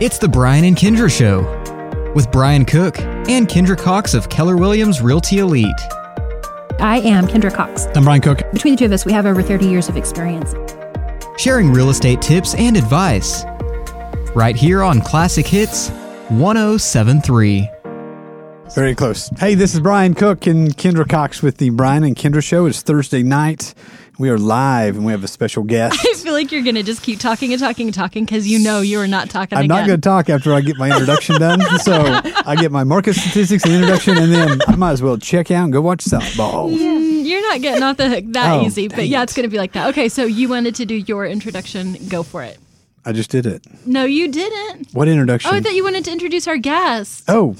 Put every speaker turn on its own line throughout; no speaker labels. It's the Brian and Kendra Show with Brian Cook and Kendra Cox of Keller Williams Realty Elite.
I am Kendra Cox.
I'm Brian Cook.
Between the two of us, we have over 30 years of experience.
Sharing real estate tips and advice right here on Classic Hits 1073.
Very close. Hey, this is Brian Cook and Kendra Cox with the Brian and Kendra Show. It's Thursday night. We are live and we have a special guest.
I feel like you're going to just keep talking and talking and talking because you know you are not talking
I'm
again.
not going to talk after I get my introduction done. So I get my market statistics and introduction, and then I might as well check out and go watch softball.
Mm, You're not getting off the hook that
Oh,
easy, but
dang
yeah,
it.
it's going to be like that. Okay, so you wanted to do your introduction. Go for it.
I just did it.
No, you didn't.
What introduction?
Oh, I thought you wanted to introduce our guest.
Oh,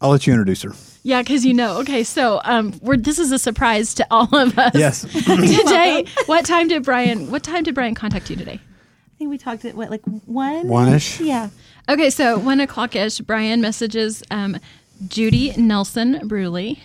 I'll let you introduce her.
Yeah, because you know. Okay, so um, we're this is a surprise to all of us.
Yes.
today, what time did Brian? What time did Brian contact you today?
I think we talked at what, like one?
One ish.
Yeah.
Okay, so one o'clock ish, Brian messages um, Judy Nelson Bruley.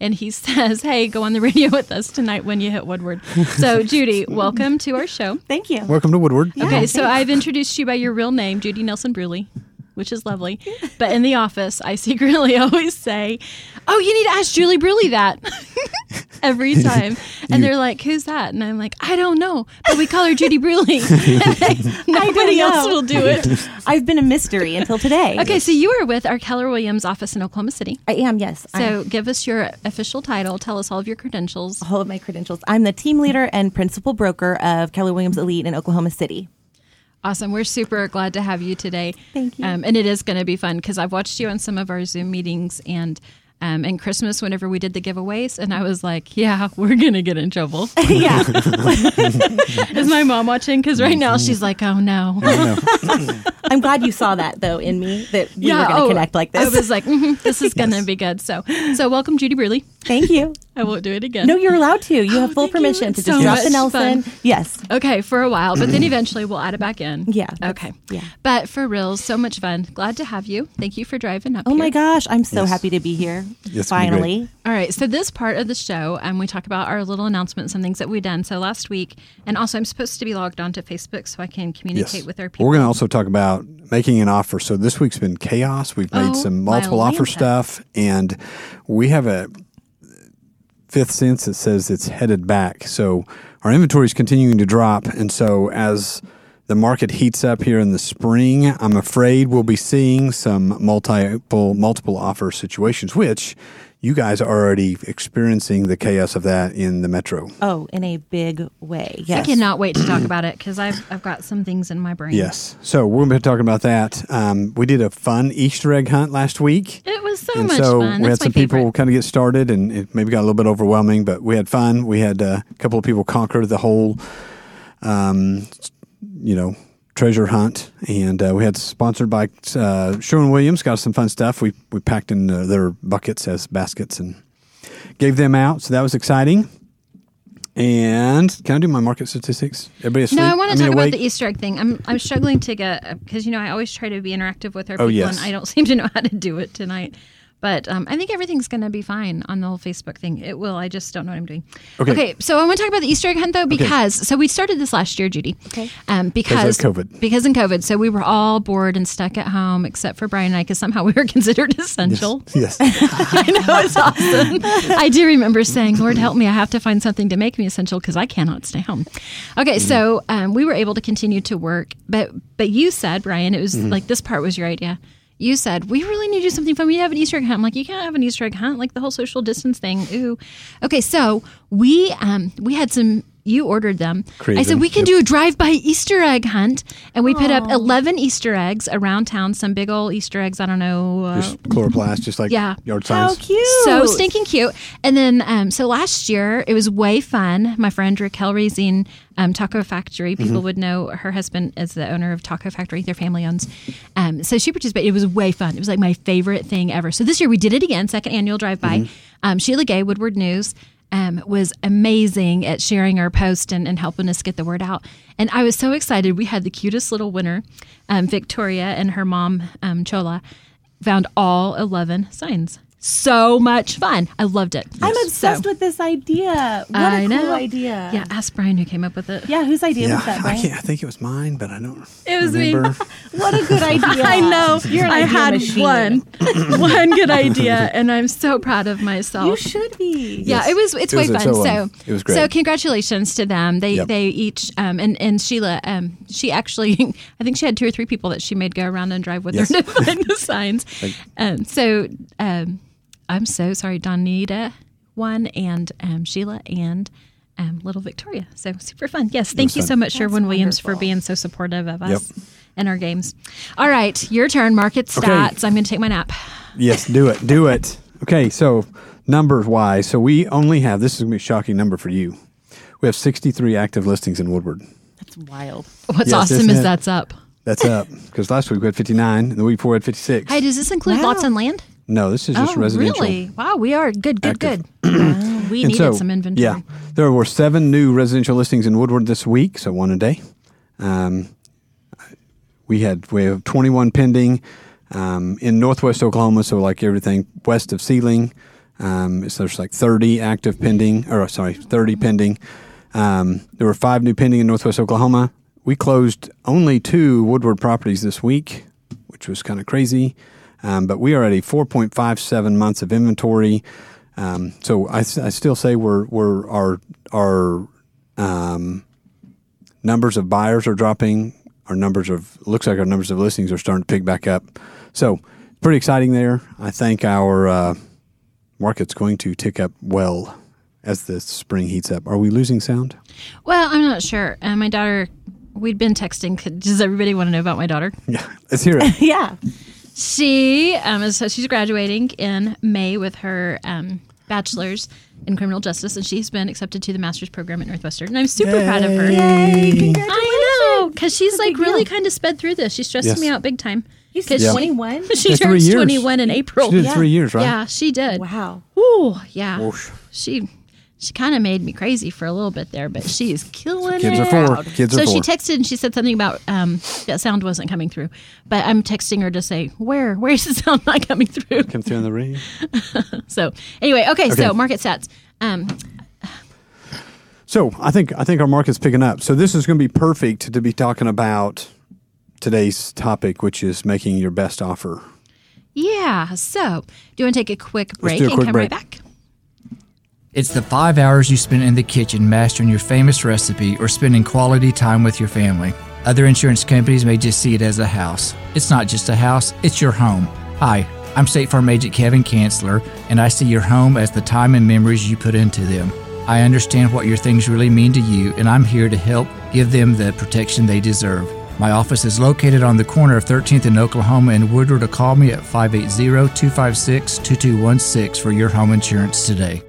And he says, "Hey, go on the radio with us tonight when you hit Woodward." So, Judy, welcome to our show.
Thank you.
Welcome to Woodward.
Yeah.
Okay, so I've introduced you by your real name, Judy Nelson Bruley, which is lovely. But in the office, I secretly always say, "Oh, you need to ask Julie Bruley that." Every time, and they're like, "Who's that?" And I'm like, "I don't know, but we call her Judy Bruley." Nobody else
know.
will do it.
I've been a mystery until today.
Okay, so you are with our Keller Williams office in Oklahoma City.
I am, yes. I'm
So give us your official title. Tell us all of your credentials.
all of my credentials. I'm the team leader and principal broker of Keller Williams Elite in Oklahoma City.
Awesome. We're super glad to have you today.
Thank you.
Um, and it is going to be fun because I've watched you on some of our Zoom meetings and um, and Christmas whenever we did the giveaways, and I was like, yeah, we're going to get in trouble.
yeah.
is my mom watching? Because right now
Mm-hmm.
she's like, oh no.
I'm glad you saw that though in me that we were going to
oh,
connect like
I
this.
was like, mhm, this is going to be good. So, so welcome, Judy Burley.
Thank you.
I won't do it again.
No, you're allowed to. You have full
Oh, thank you.
permission to
It's
just
so
drop the
much
Nelson.
fun.
Yes.
Okay, for a while, but
Mm-hmm.
then eventually we'll add it back in.
Yeah, that's-
Okay.
yeah.
But for real, so much fun. Glad to have you. Thank you for driving up.
Oh my
here.
gosh, I'm so happy to be here.
Yes, it'll be great.
finally.
All right. So this part of the show, um, we talk about our little announcements and things that we've done. So last week, and also I'm supposed to be logged onto Facebook so I can communicate with our people.
We're going to also talk about making an offer. So this week's been chaos. We've made
Oh,
some multiple
my
offer
Lanta.
stuff, and we have a fifth sense that says it's headed back. So our inventory is continuing to drop, and so as the market heats up here in the spring, I'm afraid we'll be seeing some multiple multiple offer situations, which you guys are already experiencing the chaos of that in the metro.
Oh, in a big way.
I
Yes.
cannot wait to talk about it because I've, I've got some things in my brain.
Yes. So we're going to be talking about that. Um, we did a fun Easter egg hunt last week.
It was so
and
much
so
fun.
we had
That's my
some
favorite.
people kind of get started, and it maybe got a little bit overwhelming, but we had fun. We had uh, a couple of people conquer the whole, um, you know, treasure hunt, and uh, we had sponsored by uh, Sherwin Williams. Got some fun stuff. We we packed in uh, their buckets as baskets and gave them out. So that was exciting. And can I do my market statistics? Everybody asleep?
No, I want to
mean,
talk about
awake?
the Easter egg thing. I'm I'm struggling to get because you know I always try to be interactive with our people,
Oh, yes.
and I don't seem to know how to do it tonight. But um, I think everything's going to be fine on the whole Facebook thing. It will. I just don't know what I'm doing.
Okay.
so I want to talk about the Easter egg hunt though, because so we started this last year, Judy. Okay. Um, because
COVID.
Because in COVID, so we were all bored and stuck at home, except for Brian and I, because somehow we were considered essential.
Yes.
I know it's awesome. I do remember saying, "Lord, help me! I have to find something to make me essential because I cannot stay home." Okay, so um, we were able to continue to work, but but you said, Brian, it was like this part was your idea. You said we really need to do something fun. We need to have an Easter egg hunt. I'm like, you can't have an Easter egg hunt. Like the whole social distance thing. Ooh. Okay, so we um we had some. You ordered them. I
Created
said
them.
we can do a drive-by Easter egg hunt, and we put up eleven Easter eggs around town. Some big old Easter eggs. I don't know. uh,
just chloroplast, just like
Yeah.
yard
How
signs.
cute.
so stinking cute. And then, um, so last year it was way fun. My friend Raquel Raising, um, Taco Factory, people would know her husband is the owner of Taco Factory, their family owns. Um, so she participated. It was way fun. It was like my favorite thing ever. So this year we did it again, second annual drive by. Um, Sheila Gay, Woodward News. Um, was amazing at sharing our post and, and helping us get the word out. And I was so excited. We had the cutest little winner, um, Victoria and her mom, um, Chola, found all 11 signs. so much fun. I loved it.
I'm obsessed with this idea. What a
I
cool
know.
idea.
Yeah, ask Brian who came up with it.
Yeah, whose idea
Yeah,
was that,
I,
Brian?
can't, I think it was mine, but I don't.
It was me.
remember.
What a good idea.
I know.
You're an
I
idea
had
machine.
one, one good idea, and I'm so proud of myself.
You should be.
yeah, it was. It's
It
way
was-
fun.
it's
So,
so fun. It was great.
So congratulations to them. They
Yep.
they each um, and and Sheila um, she actually I think she had two or three people that she made go around and drive with
Yes.
her to find the signs. Um, so um, I'm so sorry, Donita won and um, Sheila and. Um, little Victoria. So super fun. Yes. Thank you
fun.
so much, Sherwin Williams, for being so supportive of us
Yep.
and our games. All right. Your turn. Market
Okay.
stats. I'm going to take my nap.
Yes, do it. Do it. Okay, so numbers wise, so we only have this is gonna be a shocking number for you. We have sixty three active listings in Woodward.
That's wild.
What's
Yes,
awesome
isn't
is
it?
that's up.
That's up because last week we had fifty nine, and the week before we had fifty six.
Hey, does this include lots and land?
No, this is just
oh,
residential.
really? Wow, we are good, good,
Active.
good. Wow, we
And
needed
so,
some inventory.
Yeah, there were seven new residential listings in Woodward this week, so one a day. Um, we had we have 21 pending um, in Northwest Oklahoma, so like everything west of Sealing. Um, so there's like 30 active pending, or uh, sorry, 30
Mm-hmm.
pending. Um, there were five new pending in Northwest Oklahoma. We closed only two Woodward properties this week, which was kind of crazy. Um, but we are at a 4.57 months of inventory. Um, so I, s- I still say we're we're our our um, numbers of buyers are dropping. Our numbers of looks like our numbers of listings are starting to pick back up. So pretty exciting there. I think our uh, market's going to tick up well as the spring heats up. Are we losing sound?
Well, I'm not sure. Uh, my daughter, we'd been texting. 'cause- Does everybody want to know about my daughter?
Yeah, let's hear it.
Yeah.
She, um, is- so she's graduating in May with her um, bachelor's in criminal justice, and she's been accepted to the master's program at Northwestern. And I'm super proud of her. I know, because she's like really kind of sped through this. She stressed
Yes.
me out big time.
He's
'Cause she-
21.
She
Yeah, three
turns
years.
21 in April.
She did
Yeah.
three years, right?
Yeah, she did.
Wow.
Ooh, yeah.
Whoosh.
She she kind of made me crazy for a little bit there, but she is killing
Kids
it.
are four. Kids are
so
four.
she texted and she said something about um, that sound wasn't coming through. But I'm texting her to say where where's the sound not coming through.
Come through in the ring.
So anyway, okay, so
Okay.
market stats. Um,
So I think I think our market's picking up. So this is going to be perfect to be talking about today's topic, which is making your best offer.
yeah. So do you want to take a quick break
do a
and
quick
come
break.
right back?
It's the five hours you spend in the kitchen mastering your famous recipe or spending quality time with your family. Other insurance companies may just see it as a house. It's not just a house, it's your home. Hi, I'm State Farm Agent Kevin Kanzler, and I see your home as the time and memories you put into them. I understand what your things really mean to you, and I'm here to help give them the protection they deserve. My office is located on the corner of 13th and Oklahoma and Woodward to call me at 580 256 2216 for your home insurance today.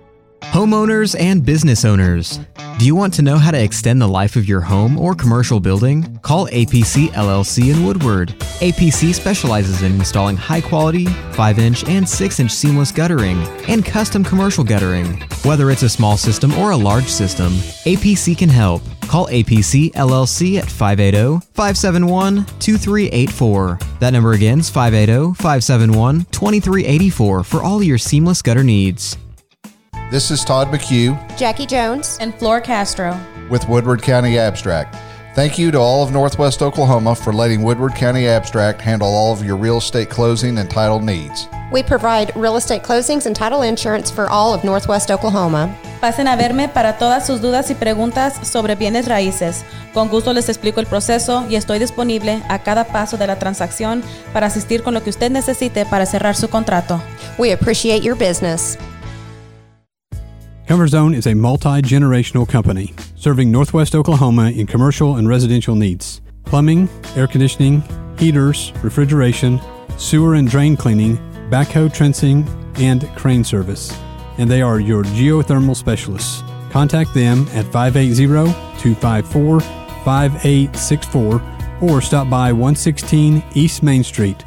Homeowners and business owners, do you want to know how to extend the life of your home or commercial building? Call APC LLC in Woodward. APC specializes in installing high quality 5 inch and 6 inch seamless guttering and custom commercial guttering. Whether it's a small system or a large system, APC can help. Call APC LLC at oh, 580 571 2384. That number again is oh, 580 571 2384 for all your seamless gutter needs.
This is Todd McHugh
Jackie Jones.
and Flor Castro.
with Woodward County Abstract. Thank you to all of Northwest Oklahoma for letting Woodward County Abstract handle all of your real estate closing and title needs.
We provide real estate closings and title insurance for all of Northwest Oklahoma.
Pasen a verme para todas sus dudas y preguntas sobre bienes raíces. Con gusto les explico el proceso y estoy disponible a cada paso de la transacción para asistir con lo que usted necesite para cerrar su contrato.
We appreciate your business.
Comfort Zone is a multi generational company serving Northwest Oklahoma in commercial and residential needs plumbing, air conditioning, heaters, refrigeration, sewer and drain cleaning, backhoe trenching, and crane service. And they are your geothermal specialists. Contact them at 580 254 5864 or stop by 116 East Main Street.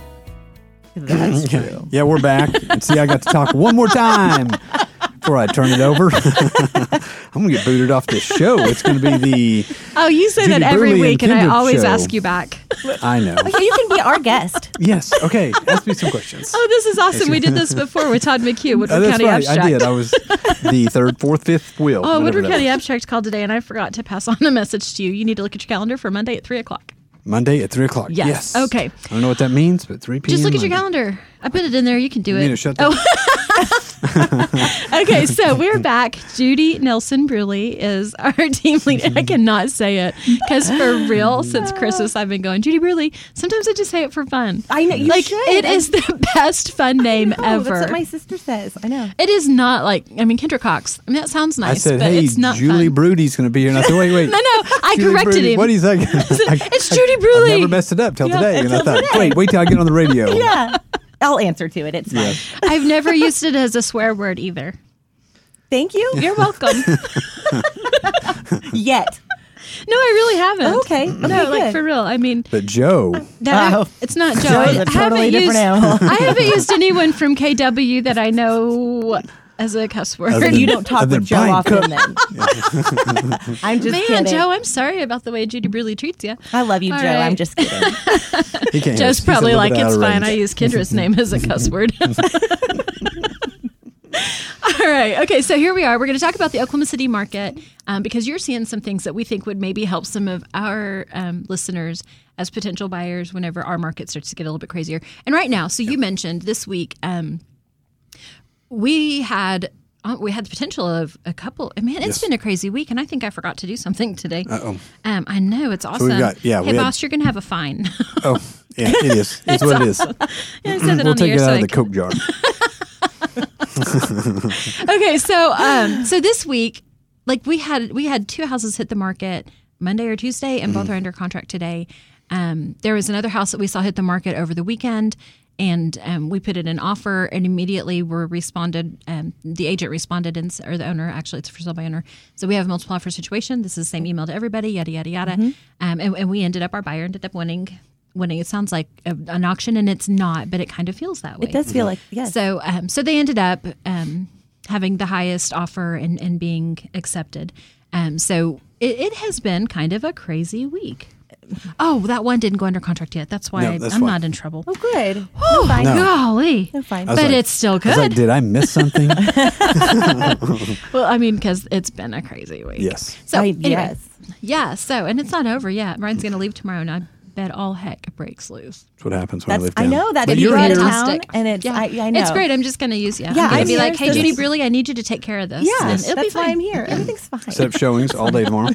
That's
Yeah, yeah, we're back. And see, I got to talk one more time before I turn it over. I'm gonna get booted off this show. It's gonna be the
Oh, you say
Judy
that every
Burley and
week, and I
Kindred
always
Show.
ask you back.
I know.
Okay, you can be our guest.
yes. Okay. Ask me some questions.
Oh, this is awesome. We did this before with Todd McHugh, Woodward
Oh, that's
County
right.
Abstract.
I did. I was the third, fourth, fifth wheel.
Oh,
whatever
Woodward
that
County
was.
Abstract called today, and I forgot to pass on a message to you. You need to look at your calendar for Monday at 3 o'clock.
Monday at three o'clock.
Yes.
Yes.
Okay.
I don't know what that means, but three p.m.
Just look at your
Monday.
calendar. Oh, I put it in there. You can do
You mean to
it.
shut down?
Okay, so we're back. Judy Nelson Bruley is our team lead. And I cannot say it because for real, since Christmas, I've been going, Judy Bruley. Sometimes I just say it for fun.
I know, you
like,
should.
It is the best fun name
Oh,
ever.
That's what my sister says. I know.
it is not like, I mean, Kendra Cox. I mean, that sounds
I
nice,
said,
but
"Hey,
it's not
Julie
fun.
Brudy's going to be here." And I said, "Wait, wait."
no, no, I
Julie
corrected
Brody,
him.
What do you think?
it's Judy
I
Bruley.
never messed it up till today, and I thought, "Wait, wait till I get on the radio."
Yeah. I'll answer to it. It's fine.
I've never used it as a swear word either.
Thank you. You're
You're welcome. no,
yet.
I really haven't.
Oh, Okay,
no,
okay,
like
good.
for real. I mean,
But Joe,
that,
Wow.
it's not Joe.
Joe is
I
a
haven't
totally different
used,
animal.
I haven't used anyone from KW that I know as a cuss word.
Other than-
You don't talk
I've been
with Joe
buying
often then. I'm just
Man,
kidding.
Joe, I'm sorry about the way Judy Bruley treats you.
I love you,
All
Joe.
right.
I'm just kidding.
he can't.
Joe's
He's a
probably
little
like,
bit out
it's
of
fine.
range.
I use Kendra's name as a cuss word. All right. Okay. So here we are. We're going to talk about the Oklahoma City market um, because you're seeing some things that we think would maybe help some of our um, listeners as potential buyers whenever our market starts to get a little bit crazier. And right now, so you mentioned this week, um, we had. uh, We had the potential of a couple. and Man, it's been a crazy week, and I think I forgot to do something today. Uh-oh. Um, I know it's awesome.
got- yeah,
hey,
we had-
boss, you're going to have a fine.
Oh, yeah, it is. It's what it is.
Yeah, I said
Mm-hmm.
that
We'll
on the
take
air.
it
so
out
I
of the
can-
Coke jar.
okay, so um, so this week, like we had we had two houses hit the market Monday or Tuesday, and
Mm-hmm.
both are under contract today. Um, there was another house that we saw hit the market over the weekend, and um, we put in an offer, and immediately were responded. Um, the agent responded, and s- or the owner actually, it's for sale by owner. So we have a multiple offer situation. This is the same email to everybody. Yada yada yada.
Mm-hmm.
Um, and, and we ended up our buyer ended up winning. Winning. It sounds like a, an auction, and it's not, but it kind of feels that way.
It does feel like yes.
So, um, so they ended up um, having the highest offer and, and being accepted. Um, so it, it has been kind of a crazy week. Oh, that one didn't go under contract yet. That's why
No,
I,
that's
I'm
fine.
not in trouble.
oh, good.
Oh,
fine.
golly.
No, fine. I
But
was
like-
it's still
I
good.
was like, "Did I miss something?"
well, I mean, because it's been a crazy week.
Yes.
So,
Right,
anyway.
yes.
Yeah. So, and it's not over yet. Ryan's going to leave tomorrow, and I bet all heck breaks loose.
That's what happens when I
That's
live down.
I know that
But
if
you're
you're out
here.
of town and it's
yeah.
I, I know
It's great. I'm just going to use you.
Yeah,
I'm going
I'm
to be
here,
like, hey,
so
Judy
just-
Bruley, I need you to take care of this.
Yeah,
And it'll
that's
be
why
fine.
I'm here. Everything's fine.
Set up showings all day tomorrow.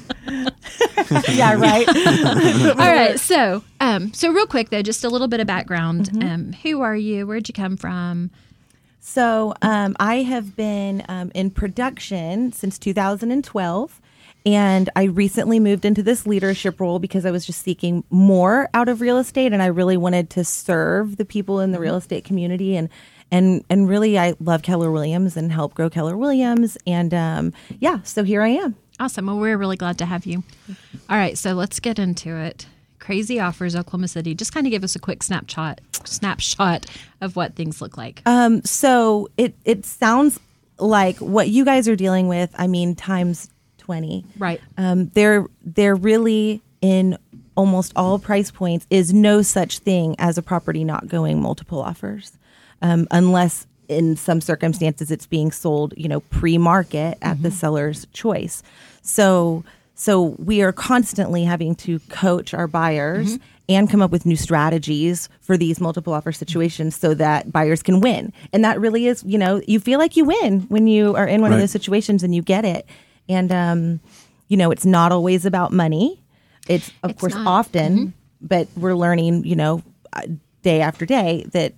yeah, right.
All right. So, um, so real quick though, just a little bit of background. Um, who are you? Where'd you come from?
So um, I have been um, in production since 2012. And I recently moved into this leadership role because I was just seeking more out of real estate, and I really wanted to serve the people in the real estate community. and and And really, I love Keller Williams and help grow Keller Williams. And um, yeah, so here I am.
Awesome. Well, we're really glad to have you. All right. So let's get into it. Crazy offers, Oklahoma City. Just kind of give us a quick snapshot snapshot of what things look like.
Um, so it it sounds like what you guys are dealing with. I mean, times twenty.
Right.
Um, they're they're really in almost all price points is no such thing as a property not going multiple offers, um, unless in some circumstances it's being sold, you know, pre-market at the seller's choice. So so we are constantly having to coach our buyers and come up with new strategies for these multiple offer situations so that buyers can win. And that really is, you know, you feel like you win when you are in one of
Right.
those situations and you get it. And um, you know, it's not always about money. It's of
It's
course
not. Mm-hmm.
often, but we're learning, you know, uh, day after day that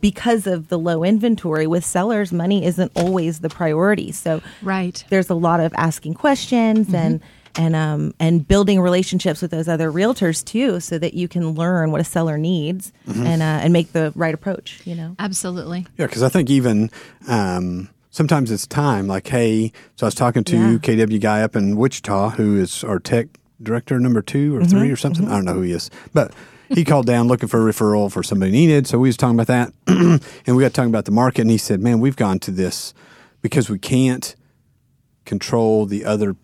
because of the low inventory with sellers, money isn't always the priority. So
Right. Mm-hmm.
there's a lot of asking questions and and um and building relationships with those other realtors too, so that you can learn what a seller needs and uh, and make the right approach. You know,
Absolutely.
Yeah, because I think even um, sometimes it's time. Like, hey, so I was talking to
Yeah.
KW guy up in Wichita, who is our tech director number two
Mm-hmm,
or three or something. I don't know who he is, but he called down looking for a referral for somebody needed. So we was talking about that, and we got talking about the market, and he said, "Man, we've gone to this because we can't control the other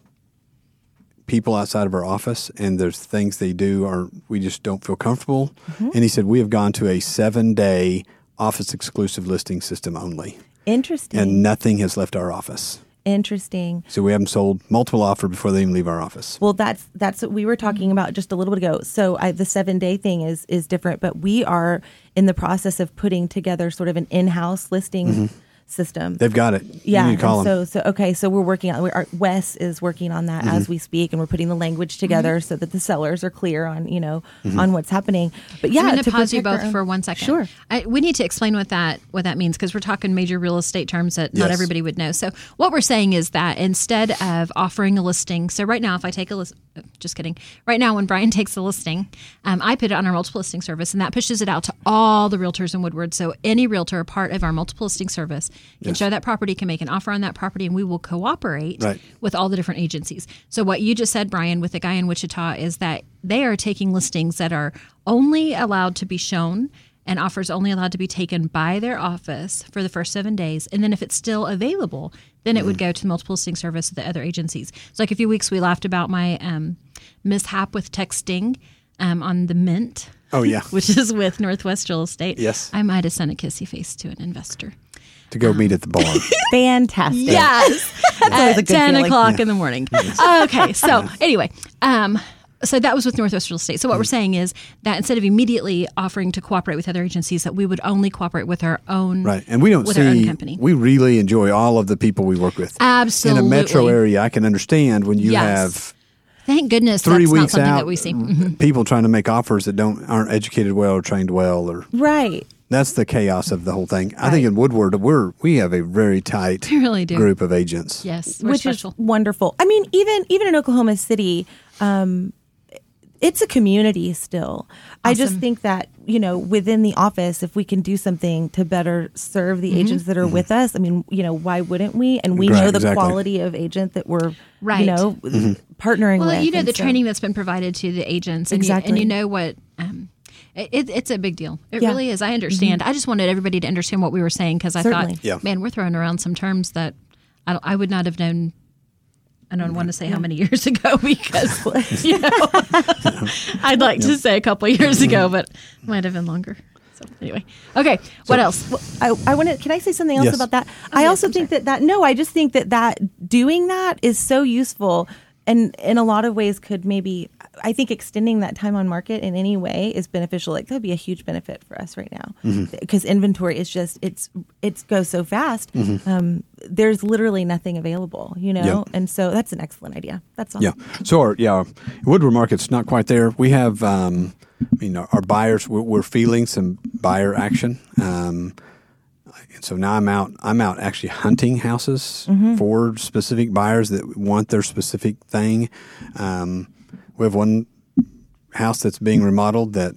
people outside of our office, and there's things they do are we just don't feel comfortable.
Mm-hmm.
And he said we have gone to a seven day office exclusive listing system only,
Interesting.
Mm-hmm.
and nothing has left our office.
Interesting.
So we have them sold multiple offer before they even leave our office.
Well, that's that's what we were
Mm-hmm.
talking about just a little bit ago. So I, the seven day thing is is different, but we are in the process of putting together sort of an in house listing system.
They've got it.
yeah.
Mm-hmm. you need to call
and
them.
So so okay. So we're working on. We're, our, Wes is working on that
Mm-hmm.
as we speak, and we're putting the language together so that the sellers are clear on you know
Mm-hmm.
on what's happening. But yeah,
I'm going
to
to pause you
protect our
both
own-
for one second.
Sure.
I, we need to explain what that what that means because we're talking major real estate terms that not
Yes.
everybody would know. So what we're saying is that instead of offering a listing, so right now if I take a list, just kidding. Right now when Brian takes the listing, um, I put it on our multiple listing service, and that pushes it out to all the realtors in Woodward. So any realtor, a part of our multiple listing service, can show that property, can make an offer on that property, and we will cooperate
Right.
with all the different agencies. So what you just said, Brian, with the guy in Wichita is that they are taking listings that are only allowed to be shown and offers only allowed to be taken by their office for the first seven days. And then if it's still available, then it would go to the multiple listing service of the other agencies. So like a few weeks we laughed about my um, mishap with texting um, on the Mint,
oh yeah,
which is with Northwest Real Estate.
Yes.
I might have sent a kissy face to an investor.
to go meet at the bar.
Fantastic.
Yes.
always a
At
good
10
feeling.
o'clock in the morning. Okay. So, anyway, um, so that was with Northwest Real Estate. So, what we're
Mm.
saying is that instead of immediately offering to cooperate with other agencies, that we would only cooperate with our own.
Right. And we don't
with
see
our own company.
we really enjoy all of the people we work with.
Absolutely.
In a metro area, I can understand when you
Yes.
have
Thank goodness
3
that's not
weeks
something
out
that we see. Mm-hmm.
people trying to make offers that don't aren't educated well or trained well or
Right.
that's the chaos of the whole thing. I think in Woodward we're we have a very tight
We really do.
group of agents.
Yes. We're
which
special.
is wonderful. I mean, even even in Oklahoma City, um, it's a community still. I just think that you know within the office, if we can do something to better serve
Mm-hmm.
the agents that are with us, I mean, you know, why wouldn't we? And we
Mm-hmm. Right,
know the
exactly. Mm-hmm.
quality of agent that we're
Right.
you know partnering
well,
with.
you know
And
the
so-
training that's been provided to the agents, and You, and
Exactly.
you know what. Um, it, it's a big deal. It
Yeah.
really is. I understand. I just wanted everybody to understand what we were saying because I
Certainly.
thought,
Yeah.
man, we're throwing around some terms that I, don't, I would not have known. I don't want to say how many years ago because you know I'd like to say a couple of years
Mm-hmm.
ago, but might have been longer. So anyway, okay. what else?
I, I want to. Can I say something else
Yes.
about that? I also think that that no, I just think that that doing that is so useful, and in a lot of ways could maybe. I think extending that time on market in any way is beneficial. Like that would be a huge benefit for us right now
Mm-hmm.
because inventory is just it's it's goes so fast. Um, there's literally nothing available, you know,
Mm-hmm. Yeah.
and so that's an excellent idea. That's all.
Yeah. So our yeah, our Woodward market's not quite there. We have, um, I mean, our, our buyers. We're, we're feeling some buyer action. Um, and so now I'm out. I'm out actually hunting houses
Mm-hmm.
for specific buyers that want their specific thing. Um, we have one house that's being remodeled that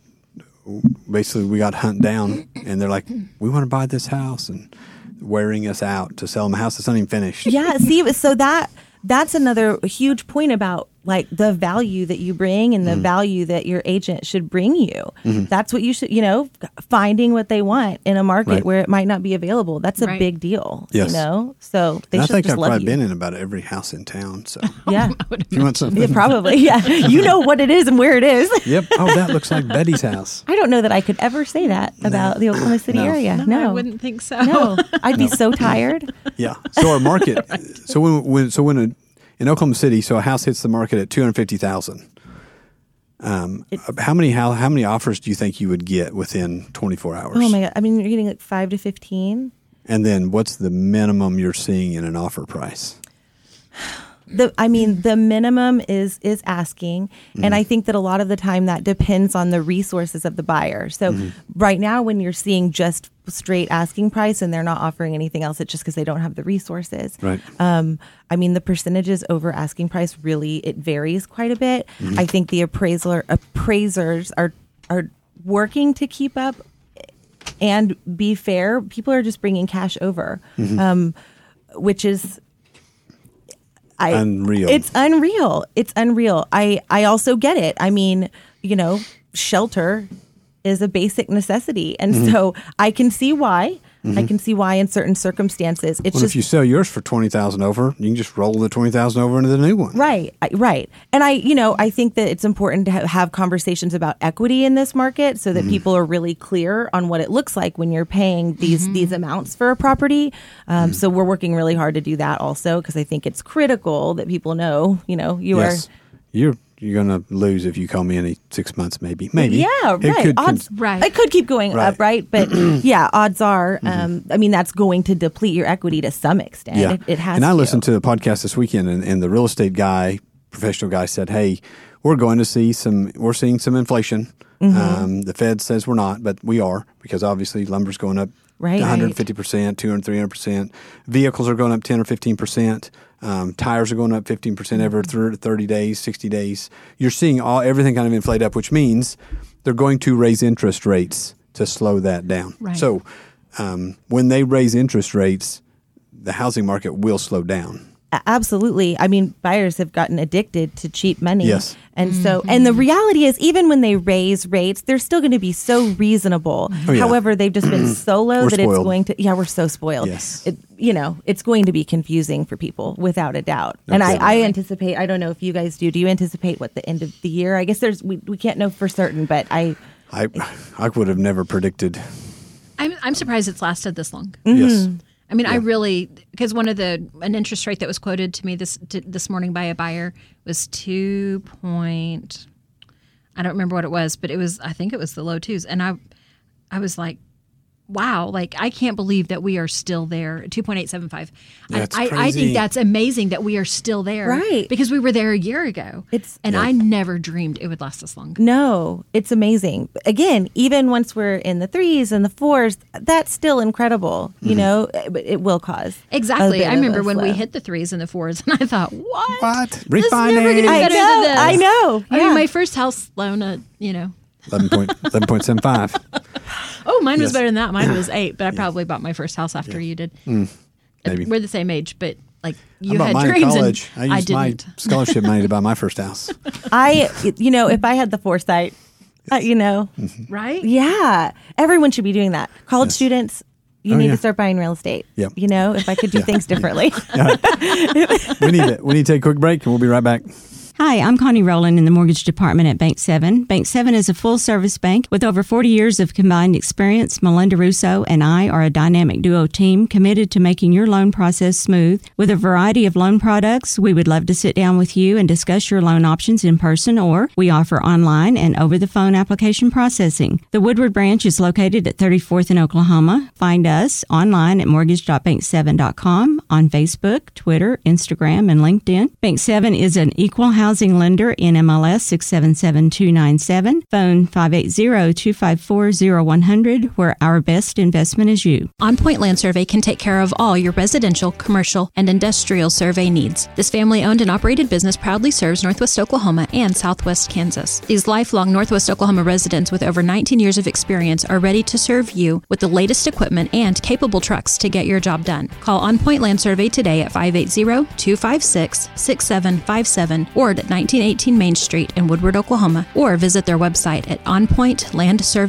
basically we got hunt down, and they're like, "We want to buy this house," and wearing us out to sell them a house that's not even finished.
yeah see so that that's another huge point about like the value that you bring and the
Mm-hmm.
value that your agent should bring you that's what you should you know finding what they want in a market
Right.
where it might not be available that's a
Right.
big deal
Yes.
you know so they
And I
should
think
just
I've
love
probably
you
been in about every house in town. So
yeah
if you want something,
yeah probably yeah you know what it is and where it is
Yep. Oh, that looks like Betty's house.
i don't know that i could ever say that about the oklahoma city
No.
area no,
I wouldn't think so.
no i'd be so tired
Yeah. So our market. So when when so when a, in Oklahoma City, so a house hits the market at two hundred fifty thousand. Um, how many how how many offers do you think you would get within twenty four hours?
oh my god i mean you're getting like 5 to 15
And then what's the minimum you're seeing in an offer price?
the i mean the minimum is is asking and i think that a lot of the time that depends on the resources of the buyer so right now when you're seeing just straight asking price and they're not offering anything else it's just because they don't have the resources
Right.
um, i mean the percentages over asking price really it varies quite a bit
Mm-hmm.
i think the appraiser appraisers are are working to keep up and be fair people are just bringing cash over
Mm-hmm.
um, which is I,
Unreal.
It's unreal. It's unreal. I I also get it. I mean, you
Mm-hmm.
know, shelter is a basic necessity, and so I can see why. I can see why in certain circumstances it's
Well,
just
if you sell yours for twenty thousand over, you can just roll the twenty thousand over into the new one.
Right, I- right. And I, you know, I think that it's important to ha- have conversations about equity in this market so that
Mm-hmm.
people are really clear on what it looks like when you're paying these
Mm-hmm.
these amounts for a property.
Mm.
Um, So we're working really hard to do that also because I think it's critical that people know, you know, you
yes.
are.
You're you're gonna lose if you call me in six months, maybe. Maybe.
Yeah,
It
right.
could con-
odds,
Right.
It could keep going
Right. Mm-hmm.
up, right? But yeah, odds are. Um, I mean, that's going to deplete your equity to some extent. It, it has.
And I
to.
listened to a podcast this weekend, and, and the real estate guy, professional guy, said, "Hey, we're going to see some. We're seeing some inflation.
Mm-hmm.
Um, the Fed says we're not, but we are because obviously lumber's going up."
Right.
150 percent, 200, 300 percent. Vehicles are going up 10 or 15 percent. Um, tires are going up 15 percent every
Mm-hmm.
thir- 30 days, 60 days. You're seeing all everything kind of inflate up, which means they're going to raise interest rates to slow that down.
Right.
So um, when they raise interest rates, the housing market will slow down.
A- Absolutely. I mean, buyers have gotten addicted to cheap money.
Yes.
And so, and the reality is, even when they raise rates, they're still going to be so reasonable.
Oh, yeah.
However, they've just been so low
We're
that it's
spoiled.
going to, yeah, we're so spoiled.
Yes.
It, you know, it's going to be confusing for people without a doubt. And I, I anticipate, I don't know if you guys do, do you anticipate what the end of the year? I guess there's, we, we can't know for certain, but I,
I I would have never predicted.
I'm, I'm surprised it's lasted this long.
Yes.
I mean, I really because one of the an interest rate that was quoted to me this t- this morning by a buyer was two point. I don't remember what it was, but it was I think it was the low twos, and I, I was like, wow, like I can't believe that we are still there two point eight seven five. I,
That's
I, I
crazy.
think that's amazing that we are still there,
Right.
Because we were there a year ago.
It's-
and I never dreamed it would last this long.
No, it's amazing. But Again, even once we're in the threes and the fours, that's still incredible. You
Mm-hmm.
know, but it will cause a
Exactly.
bit
I
of
remember
a
when we
slow.
hit the threes and the fours, and I thought, what?
What?
This is never gonna be
Refinance.
I
better than
know,
this.
I know,
I
yeah.
mean, my first house loan, uh, you know.
11.75.
Oh, mine was better than that. Mine was eight, but I probably bought my first house after you did. Uh,
maybe.
We're the same age, but like
I
you
bought
had
mine in
dreams
college.
and
I
I
used my
didn't.
scholarship money to buy my first house.
I, you know, if I had the foresight, uh, you know,
Mm.
Right?
yeah, everyone should be doing that. College students, you
Oh,
need
yeah.
to start buying real estate.
Yep.
You know, if I could do things differently.
We need it. We need to take a quick break and we'll be right back.
Hi, I'm Connie Rowland in the mortgage department at Bank 7. Bank 7 is a full service bank with over 40 years of combined experience. Melinda Russo and I are a dynamic duo team committed to making your loan process smooth with a variety of loan products. We would love to sit down with you and discuss your loan options in person or we offer online and over the phone application processing. The Woodward branch is located at 34th in Oklahoma. Find us online at mortgage.bank7.com on Facebook, Twitter, Instagram, and LinkedIn. Bank 7 is an equal housing lender in MLS 677297. Phone 580-254-0100 where our best investment is you.
On Point Land Survey can take care of all your residential, commercial, and industrial survey needs. This family owned and operated business proudly serves Northwest Oklahoma and Southwest Kansas. These lifelong Northwest Oklahoma residents with over 19 years of experience are ready to serve you with the latest equipment and capable trucks to get your job done. Call On Point Land Survey today at 580 256 6757 or at 1918 Main Street in Woodward, Oklahoma, or visit their website at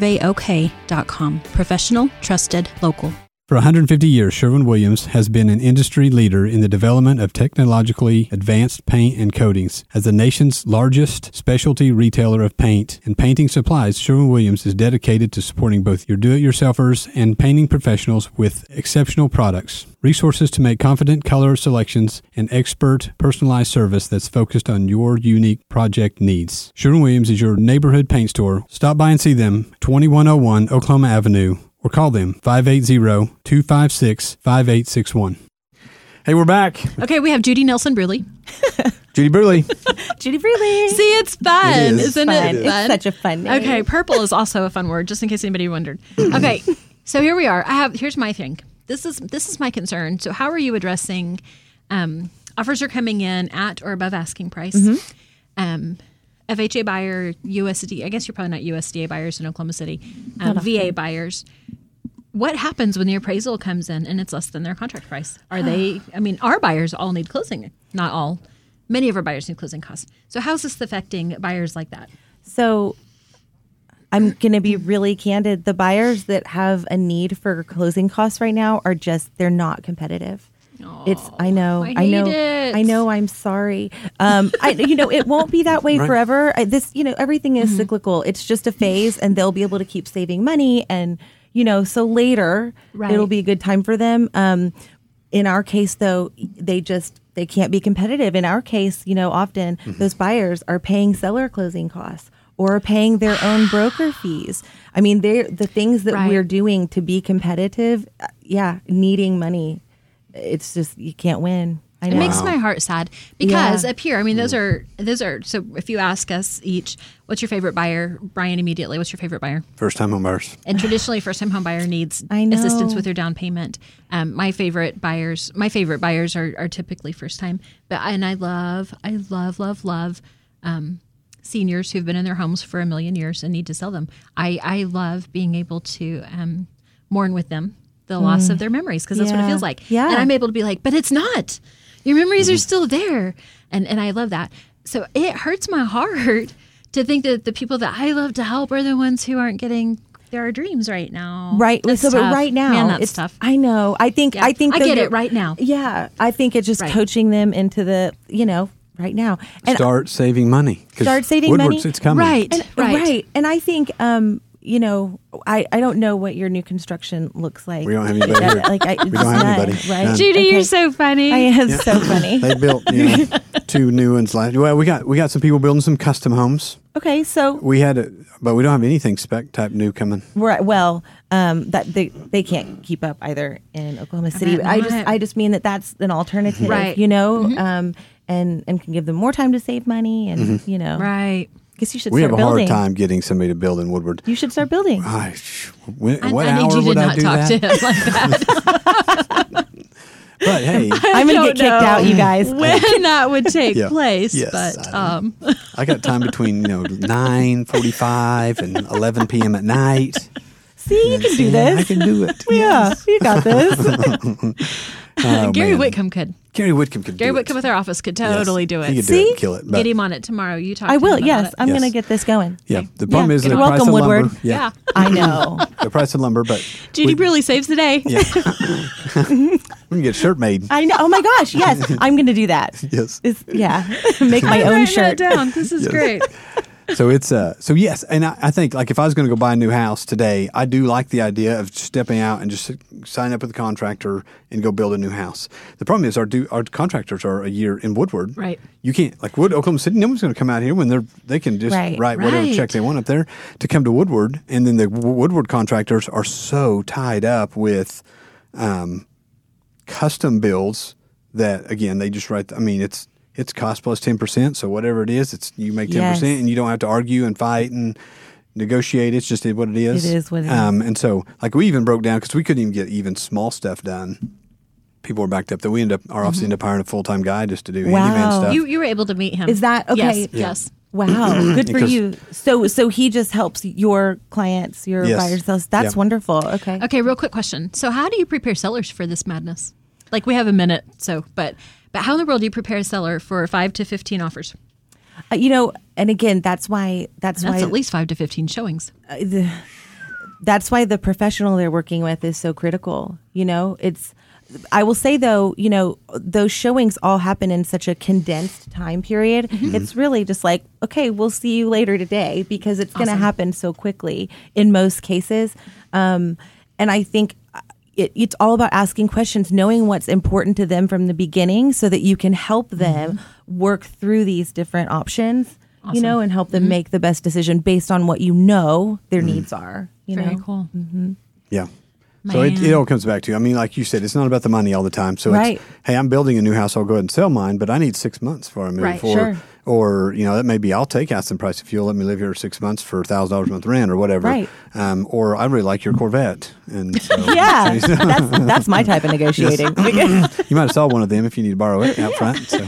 onpointlandsurveyok.com. Professional, trusted, local.
For 150 years, Sherwin Williams has been an industry leader in the development of technologically advanced paint and coatings. As the nation's largest specialty retailer of paint and painting supplies, Sherwin Williams is dedicated to supporting both your do it yourselfers and painting professionals with exceptional products, resources to make confident color selections, and expert personalized service that's focused on your unique project needs. Sherwin Williams is your neighborhood paint store. Stop by and see them, 2101 Oklahoma Avenue or call them 580-256-5861. Hey, we're back.
Okay, we have Judy Nelson Bruley.
Judy Burley.
Judy Freely.
See, it's fun,
It is
isn't
fun.
it?
It's such a fun name.
Okay, purple is also a fun word, just in case anybody wondered. Okay, so here we are. I have here's my thing. This is this is my concern. So how are you addressing um, offers are coming in at or above asking price?
Mm-hmm.
Um, FHA buyer, USD. I guess you're probably not USDA buyers in Oklahoma City. Um, VA buyers. What happens when the appraisal comes in and it's less than their contract price? Are they? I mean, our buyers all need closing. Not all. Many of our buyers need closing costs. So how's this affecting buyers like that?
So I'm going to be really candid. The buyers that have a need for closing costs right now are just they're not competitive. it's I know
I
I, know
hate it.
I know I'm sorry. Um, I you know it won't be that way
Right.
forever. I, this you know everything
Mm-hmm.
is cyclical. It's just a phase, and they'll be able to keep saving money, and you know so later
Right.
it'll be a good time for them. Um, in our case, though, they just they can't be competitive. In our case, you know, often
Mm-hmm.
those buyers are paying seller closing costs or are paying their own broker fees. I mean, they're the things that
Right.
we're doing to be competitive. uh, Yeah, needing money, it's just you can't win. I
It
know.
makes my heart sad because
Yeah. Mm.
up here, I mean, those are those are. So if you ask us each, what's your favorite buyer? Brian immediately, what's your favorite buyer?
First time homebuyers.
And traditionally, first-time home buyer needs
I know.
assistance with their down payment. Um, my favorite buyers, my favorite buyers are, are typically first-time, but and I love, I love, love, love um, seniors who've been in their homes for a million years and need to sell them. I I love being able to um, mourn with them the loss of their memories because that's what it
Mm. Yeah.
feels like.
Yeah. Mm-hmm.
and I'm able to be like, but it's not. Your memories are still there, and and I love that. So it hurts my heart. To think that the people that I love to help are the ones who aren't getting their dreams right now.
Right,
That's
Lisa, but
tough.
right now,
man, that's
it's,
tough.
I know. I think.
Yeah,
I think
I
that
get it
you're-
right now.
Yeah, I think it's just
Right.
coaching them into the you know right now. And
Start saving money. 'Cause
Start saving
Woodward's,
money.
It's coming.
Right,
And-
right,
And I think, um, you know, I, I don't know what your new construction looks like.
We don't have anybody
That-
here.
Like I,
We don't have
none,
anybody. None.
Right?
Judy,
Okay.
you're so funny.
I am so funny.
They built you know, two new ones last. Well, we got we got some people building some custom homes.
Okay, so
We had, a, but we don't have anything spec type new coming.
we're at, well. Um, that they they can't keep up either in Oklahoma City.
bet
I just
not.
I just mean that that's an alternative,
Right. Mm-hmm.
You know, um, and and can give them more time to save money, and you know,
right.
Because you should
Mm-hmm. We have
start
a
building.
hard time getting somebody to build in Woodward.
You should start building.
I, sh- when,
I,
what
I need
hour
you to
would I
not
do
talk
that?
to him like that.
But hey,
I'm gonna
don't
get kicked
know.
out, you guys.
when that would take
Yeah.
place,
Yes,
but
I
um,
I got time between you know nine forty-five and eleven p.m. at night.
See, you can do
Yeah, I
this.
can do it.
Yeah, you got this.
Gary
Oh, man.
Whitcomb could.
Gary Whitcomb could.
Gary
do
Whitcomb
it.
with our office could totally do it.
He could do
See?
it. Kill it. But
Get him on it tomorrow. You talk.
I
to him
will.
about
Yes,
it.
I'm
Yes.
going to get this going.
Yeah, the problem
Yeah,
is
get
the
on.
price of
Welcome,
lumber.
Woodward.
Yeah,
I know.
the price of lumber, but we,
Judy really saves the day.
we can get a shirt made.
I know. Oh my gosh. Yes, I'm going to do that.
Yes.
It's, yeah. Make
I'm
my own
writing that
shirt.
down. This is
Yes.
great.
So it's uh so yes, and I, I think like if I was going to go buy a new house today, I do like the idea of stepping out and just sign up with the contractor and go build a new house. The problem is our do our contractors are a year in Woodward,
Right.
You can't like Wood Oklahoma City. No one's going to come out here when they're they can just
Right.
write whatever
Right.
check they want up there to come to Woodward, and then the W- Woodward contractors are so tied up with um, custom builds that again they just write. I mean it's. It's cost plus ten percent, so whatever it is, it's you make ten
Yes.
percent, and you don't have to argue and fight and negotiate. It's just what it is.
It is what it
um, And so, like, we even broke down because we couldn't even get even small stuff done. People were backed up. That we ended up, our office ended up hiring a full time guy just to do handyman
Mm-hmm. Wow.
stuff.
You you were able to meet him.
Is that okay?
Yes. yes.
Wow. Good for
Because-
you. So, so he just helps your clients, your
Yes.
buyers. Those. That's
Yeah.
wonderful. Okay.
Okay, real quick question. So, how do you prepare sellers for this madness? Like, we have a minute, so but but how in the world do you prepare a seller for five to fifteen offers?
Uh, you know, and again, that's why. That's,
That's
why.
at least five to fifteen showings.
the, that's why the professional they're working with is so critical. You know, it's. I will say though, you know, those showings all happen in such a condensed time period. It's really just like, okay, we'll see you later today because it's going to happen so quickly in most cases. Um, and I think uh, it, it's all about asking questions, knowing what's important to them from the beginning, so that you can help them work through these different options. You know, and help them make the best decision based on what you know their needs are. You
Very
know, mm-hmm.
cool.
Yeah. So it, it
Man.
all comes back to, I mean, like you said, it's not about the money all the time. So
Right.
it's, hey, I'm building a new house. I'll go ahead and sell mine, but I need six months for I move.
Right,
Or,
sure.
or, you know, that maybe I'll take Aston Price if you'll let me live here six months for $1,000 a month rent or whatever.
Right.
Um, or I really like your Corvette. And so,
yeah, that's that's my type of negotiating.
you might have saw one of them if you need to borrow it out front. So.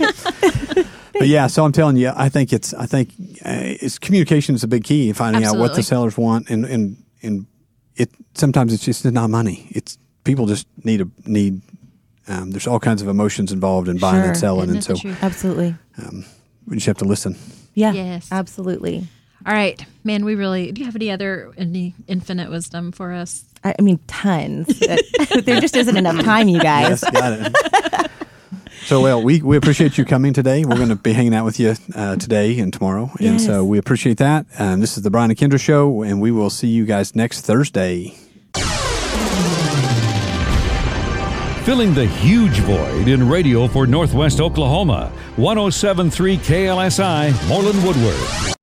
But yeah, so I'm telling you, I think it's I think uh, it's communication is a big key in finding out what the
Absolutely.
sellers want, and and and it sometimes it's just not money. It's people just need a need. Um, there's all kinds of emotions involved in buying and
Sure.
selling,
Isn't
and
that the
so
truth?
Absolutely.
we just have to listen.
Yeah.
Yes.
Absolutely.
All right, man. We really. Do you have any other any infinite wisdom for us?
I, I mean, tons. but there just isn't enough time, you guys.
Yes, got it. So, well, we, we appreciate you coming today. We're going to be hanging out with you uh, today and tomorrow. And so we appreciate that. Um, this is the Brian and Kendra Show, and we will see you guys next Thursday.
Filling the huge void in radio for Northwest Oklahoma, 1073 KLSI, Moreland Woodward.